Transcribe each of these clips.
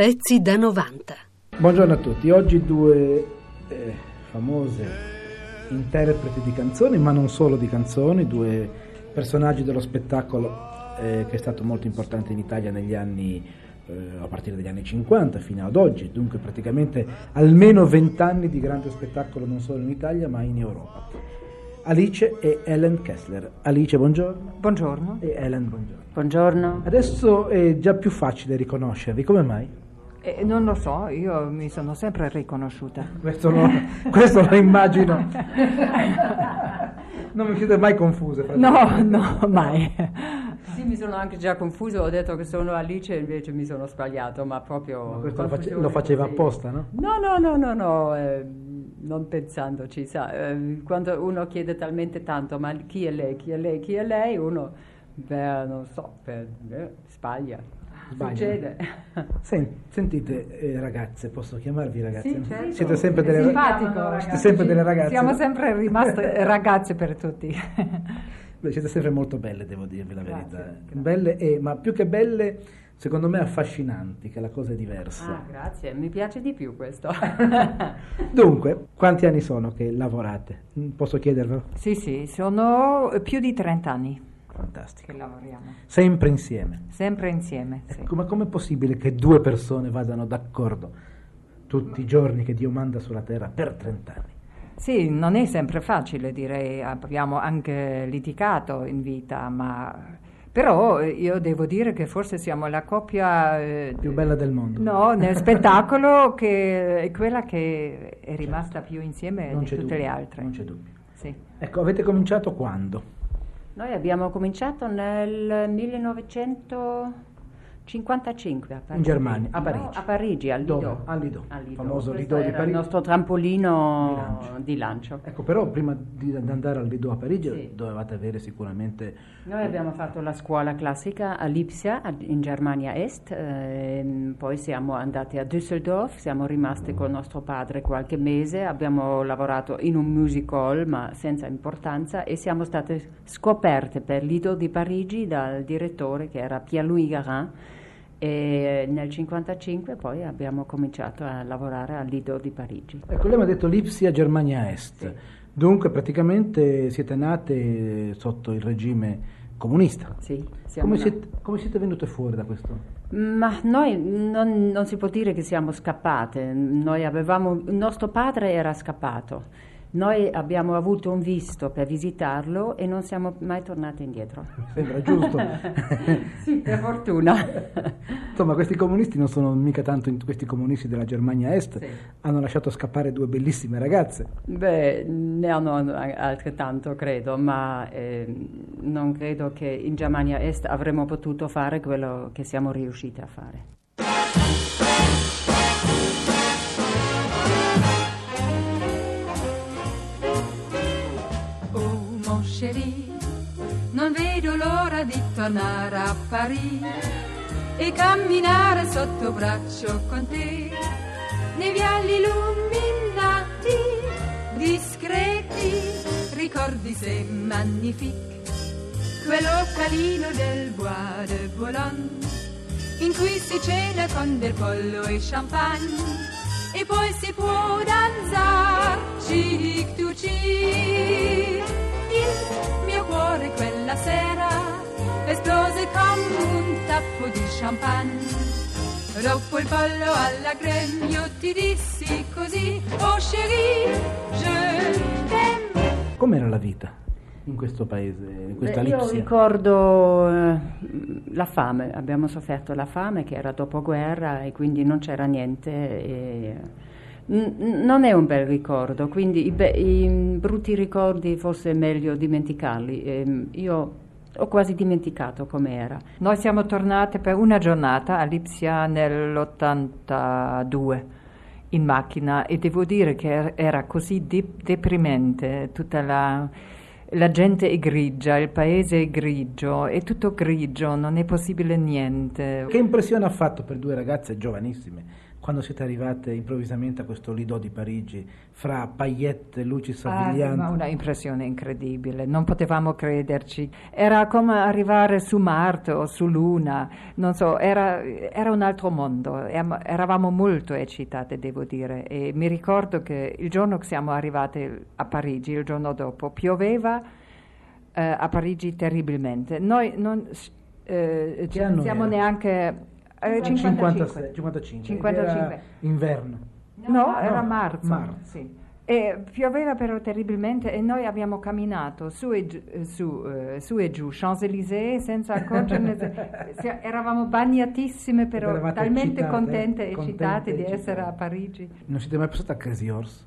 Pezzi da 90. Buongiorno a tutti, oggi due eh, famose interpreti di canzoni, ma non solo di canzoni, due personaggi dello spettacolo eh, che è stato molto importante in Italia negli anni, eh, a partire dagli anni 50 fino ad oggi, dunque praticamente almeno 20 anni di grande spettacolo non solo in Italia ma in Europa. Alice e Ellen Kessler. Alice, buongiorno. Buongiorno. E Ellen, buongiorno. Buongiorno. Adesso è già più facile riconoscervi, come mai? Eh, non lo so, io mi sono sempre riconosciuta. Questo lo, questo lo immagino. Non mi siete mai confuse. No, no, mai. Sì, mi sono anche già confuso, ho detto che sono Alice e invece mi sono sbagliato, ma proprio... Ma questo lo, face- confusione lo faceva così. apposta, no? No, no, no, no, no, eh, non pensandoci, sa, eh, quando uno chiede talmente tanto, ma chi è lei, chi è lei, chi è lei, uno, beh, non so, per- eh, sbaglia. Sbaglia. Succede. Ah, Sen- sentite, eh, ragazze, posso chiamarvi ragazze? Sì, certo. Siete sempre È delle simpatico. siete sempre delle ragazze. Siamo sempre rimaste ragazze per tutti. Beh, siete sempre molto belle, devo dirvi la Grazie, verità. eh. grazie. Belle e, ma più che belle, secondo me affascinanti, che la cosa è diversa. Ah, grazie, mi piace di più questo. Dunque, quanti anni sono che lavorate? Mm, Posso chiedervelo? Sì, sì, sono più di 30 anni che Fantastico. lavoriamo, Sempre insieme. sempre insieme. sì. Ecco, ma com'è possibile che due persone vadano d'accordo tutti i giorni che Dio manda sulla terra per 30 anni? Sì, non è sempre facile, direi, abbiamo anche litigato in vita, ma però eh, io devo dire che forse siamo la coppia eh, Più bella del mondo. No, nel spettacolo che è quella che è rimasta più insieme Non di c'è dubbio, tutte le altre. Non c'è dubbio. Sì. Ecco, avete cominciato quando? Noi abbiamo cominciato nel 1955 a Parigi. In Germania, a No, Parigi. a Parigi, al Lido. Dove? Al Lido. Al Famoso Questo Lido di era Parigi. il nostro Di trampolino lancio. di lancio. Ecco, però prima di di andare al Lido a Parigi Sì. dovevate avere sicuramente... Noi abbiamo fatto la scuola classica a Lipsia, ad- in Germania Est, ehm, poi siamo andati a Düsseldorf, siamo rimasti con nostro padre qualche mese, abbiamo lavorato in un music hall ma senza importanza e siamo state scoperte per l'Ido di Parigi dal direttore che era Pierre-Louis Garin e nel 1955 poi abbiamo cominciato a lavorare al Lido di Parigi. Ecco, lei mi ha detto Lipsia, Germania Est. Dunque praticamente siete nate sotto il regime comunista. Sì, siamo Come nati- siete, come siete venute fuori da questo? Ma noi non, non si può dire che siamo scappate, noi avevamo, il nostro padre era scappato, noi abbiamo avuto un visto per visitarlo e non siamo mai tornate indietro. Mi Sembra giusto. Sì, per fortuna. Insomma, questi comunisti non sono mica tanto in- questi comunisti della Germania Est. Sì. Hanno lasciato scappare due bellissime ragazze. Beh, ne hanno a- altrettanto, credo, ma ehm, non credo che in Germania Est avremmo potuto fare quello che siamo riuscite a fare. Oh mon chéri, non vedo l'ora di tornare a Parigi e camminare sotto braccio con te nei viali illuminati, discreti, ricordi se magnifique quel localino del Bois de Boulogne in cui si cena con del pollo e champagne e poi si può danzar cic tu cic il mio cuore quella sera esplose come un tappo di champagne Dopo il pollo alla creme io ti dissi così Oh chérie, je t'aime Com'era la vita in questo paese, in questa Beh, Io Lipsia? ricordo eh, la fame, abbiamo sofferto la fame che era dopoguerra e quindi non c'era niente. e, eh, n- n- non è un bel ricordo, quindi i, be- i brutti ricordi forse è meglio dimenticarli. Ehm, io ho quasi dimenticato com'era. Noi siamo tornate per una giornata a Lipsia nell'82 in macchina e devo dire che er- era così de- deprimente tutta la- la gente è grigia, il paese è grigio, è tutto grigio, non è possibile niente. Che impressione ha fatto per due ragazze giovanissime quando siete arrivate improvvisamente a questo Lido di Parigi fra paillette, luci Ah, ma somiglianti? una impressione incredibile, non potevamo crederci. Era come arrivare su Marte o su Luna, non so, era, era un altro mondo. Eram- Eravamo molto eccitate, devo dire. E mi ricordo che il giorno che siamo arrivate a Parigi, il giorno dopo, pioveva eh, a Parigi terribilmente. Noi non s- eh, ce anno ne siamo era? neanche. eh, 56, 55. 55. Era inverno. No, no, era marzo. marzo. sì. E pioveva però terribilmente e noi abbiamo camminato su e giù, eh, su, eh, su e giù Champs-Élysées senza accorgerne. se- se- eravamo bagnatissime però Eravate talmente eccitate, contente e contente, eccitate di eccitate. essere a Parigi. Non siete mai passate a Crazy Horse?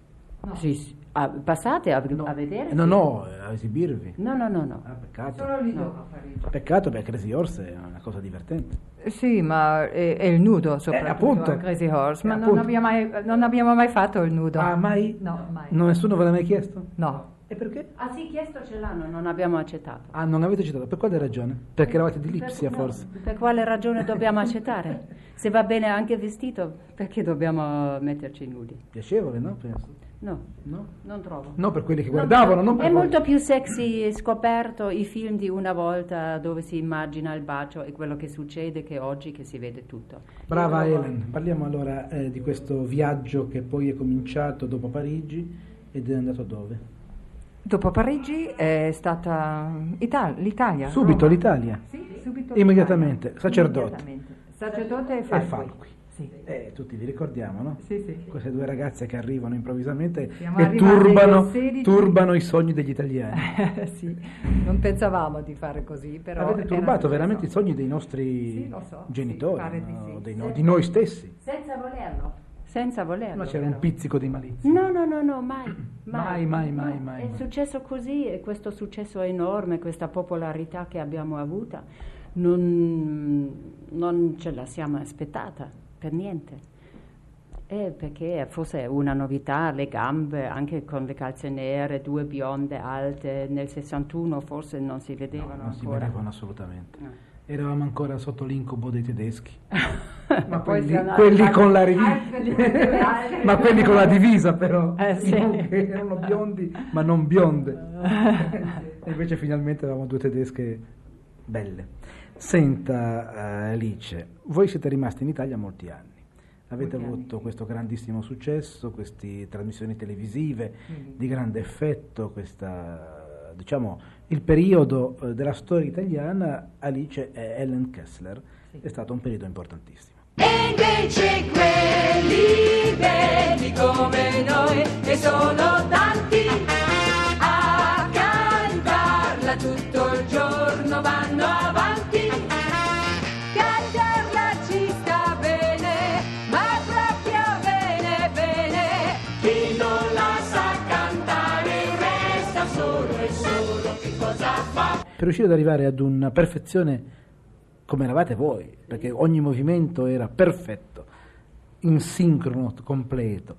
Eh, Sì, sì. Ah, passate a, a vedere? No, sì. no, a esibirvi. No, no, no, no. Ah, peccato. Solo lì a Parigi. Peccato perché Crazy Horse è una cosa divertente. Eh, Sì, ma è, è il nudo soprattutto Eh, appunto. a Crazy Horse, Eh, ma non appunto. abbiamo, mai, non abbiamo mai fatto il nudo. Ah, mai? No, mai. No, nessuno ve l'ha mai chiesto? No. E perché? Ah sì, chiesto ce l'hanno, non abbiamo accettato. Ah, non avete citato. Per quale ragione? Perché eravate di Lipsia, no, forse? Per quale ragione dobbiamo accettare? Se va bene anche vestito, perché dobbiamo metterci nudi? Piacevole, no? Penso. No, No? non trovo. No, per quelli che guardavano, non per È voi. molto più sexy e scoperto i film di una volta dove si immagina il bacio e quello che succede che oggi che si vede tutto. Brava Helen. Parliamo allora eh, di questo viaggio che poi è cominciato dopo Parigi ed è andato dove? Dopo Parigi è stata Ital- l'Italia. Subito Roma. all'Italia. Sì, subito. Immediatamente, l'Italia. sacerdote. Immediatamente. Sacerdote e E falqui. Falqui. Sì. Eh, tutti vi ricordiamo, no? Sì, sì. Queste due ragazze che arrivano improvvisamente Siamo e arrivate alle turbano, 16. turbano i sogni degli italiani. Sì, non pensavamo di fare così, però... Avete era turbato successo. veramente i sogni dei nostri Sì, lo so, sì, genitori, pare di no? sì. Dei no- di noi stessi. Senza volerlo. Senza volerlo. Ma c'era però. un pizzico di malizia. No, no, no, no, mai. Mai, Mai, mai, mai, No, mai, È mai. successo così e questo successo enorme, questa popolarità che abbiamo avuta, non, non ce la siamo aspettata per niente. Eh, perché forse è una novità, le gambe anche con le calze nere, due bionde alte, nel 61 forse non si vedevano non si ancora. vedevano assolutamente. No. Eravamo ancora sotto l'incubo dei tedeschi. Ma Poi quelli, siamo quelli andati- con la rivi- Altre- ma quelli con la divisa però. Eh, sì. Che erano biondi, ma non bionde. e invece finalmente avevamo due tedesche belle. Senta eh, Alice, voi siete rimasti in Italia molti anni. Avete Molti avuto questo grandissimo successo, queste trasmissioni televisive Mm. di grande effetto, questa, diciamo, il periodo eh, della storia italiana, Alice e Helen Kessler, è stato un periodo importantissimo. E invece quelli belli come noi, che sono tanti, a cantarla tutto il giorno vanno avanti. Cantarla ci sta bene, ma proprio bene, bene. Chi non la sa cantare resta solo e solo che cosa fa? Per riuscire ad arrivare ad una perfezione come eravate voi, perché ogni movimento era perfetto, in sincrono completo.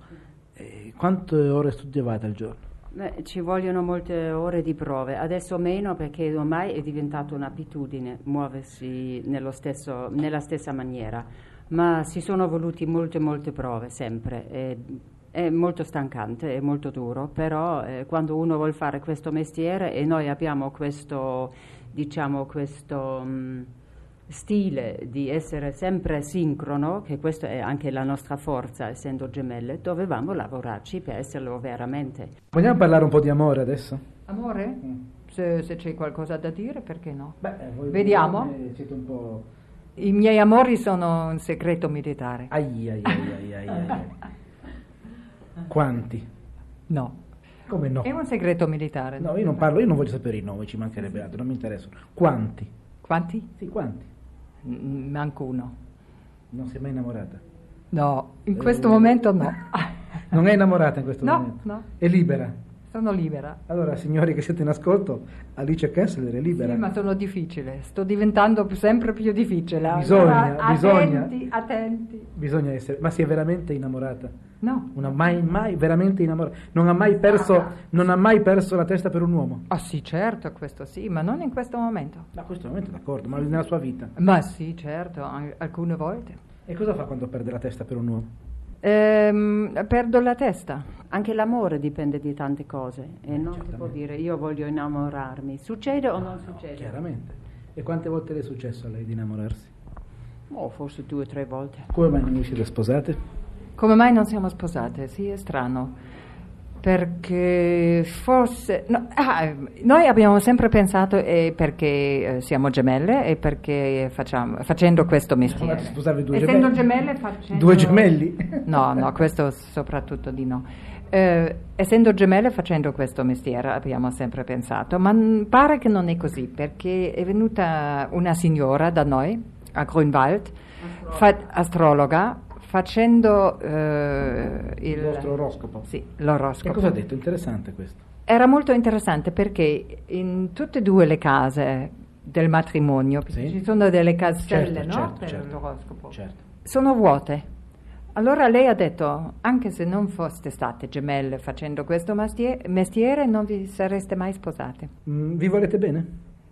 E quante ore studiavate al giorno? Beh, ci vogliono molte ore di prove, adesso meno perché ormai è diventata un'abitudine muoversi nello stesso- nella stessa maniera, ma si sono voluti molte molte prove sempre. e- è molto stancante, è molto duro, però eh, quando uno vuole fare questo mestiere e noi abbiamo questo, diciamo, questo mh, stile di essere sempre sincrono, che questa è anche la nostra forza essendo gemelle, dovevamo lavorarci per esserlo veramente. Vogliamo parlare un po' di amore adesso? Amore, se, se c'è qualcosa da dire, perché no? Beh, voi Vediamo. Siete un po'... I miei amori sono un segreto militare. Ai, ai, ai, ai, ai, ai, ai. Quanti? No, Come no? è un segreto militare. No, io non parlo, io non voglio sapere i nomi, ci mancherebbe altro, non mi interessano. Quanti? Quanti? Sì, quanti? Mm, Manco uno. Non sei mai innamorata? Eh. No, in questo momento no. Non è innamorata in questo No, momento? no. È libera? Sono libera. Allora, signori che siete in ascolto, Alice Kessler è libera. Sì, ma sono difficile, sto diventando più- sempre più difficile. Bisogna, Allora, bisogna. Attenti, attenti. Bisogna essere, ma si è veramente innamorata. No. Una mai, mai, veramente innamorata. Non ha mai perso, non ha mai perso la testa per un uomo. Ah sì, certo, questo sì, ma non in questo momento. Da questo momento d'accordo, ma nella sua vita. Ma sì, certo, an- alcune volte. E cosa fa quando perde la testa per un uomo? Ehm, perdo la testa. Anche l'amore dipende di tante cose e non si può dire io voglio innamorarmi. Succede o non Cioè, succede? Chiaramente. E quante volte le è successo a lei di innamorarsi? Oh, forse due o tre volte. Come mai non vi siete sposate? Come mai non siamo sposate? Sì, è strano. Perché forse... no, ah, noi abbiamo sempre pensato eh, perché eh, siamo gemelle e perché facciamo, facendo questo Sono andate mestiere. a sposare due Essendo gemelli. gemelle facendo... Due gemelli? No, no, questo soprattutto di no. Eh, essendo gemelle facendo questo mestiere abbiamo sempre pensato, ma n- pare che non è così perché è venuta una signora da noi a Grünwald, fa- astrologa, facendo eh, il, Il vostro oroscopo. Sì, E l'oroscopo. cosa ha detto? Interessante questo. Era molto interessante perché in tutte e due le case del matrimonio Sì. ci sono delle caselle Certo, no? certo, per certo. l'oroscopo Certo. sono vuote. Allora lei ha detto, anche se non foste state gemelle facendo questo mastie- mestiere, non vi sareste mai sposate. Mm, vi volete bene?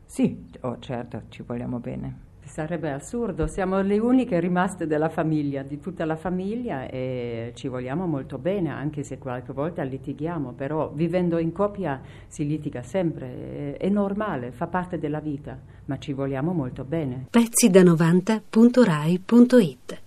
Sì, oh, certo, ci vogliamo bene. Sarebbe assurdo, siamo le uniche rimaste della famiglia, di tutta la famiglia e ci vogliamo molto bene, anche se qualche volta litighiamo, però vivendo in coppia si litiga sempre, è, è normale, fa parte della vita, ma ci vogliamo molto bene. Pezzi da 90.rai.it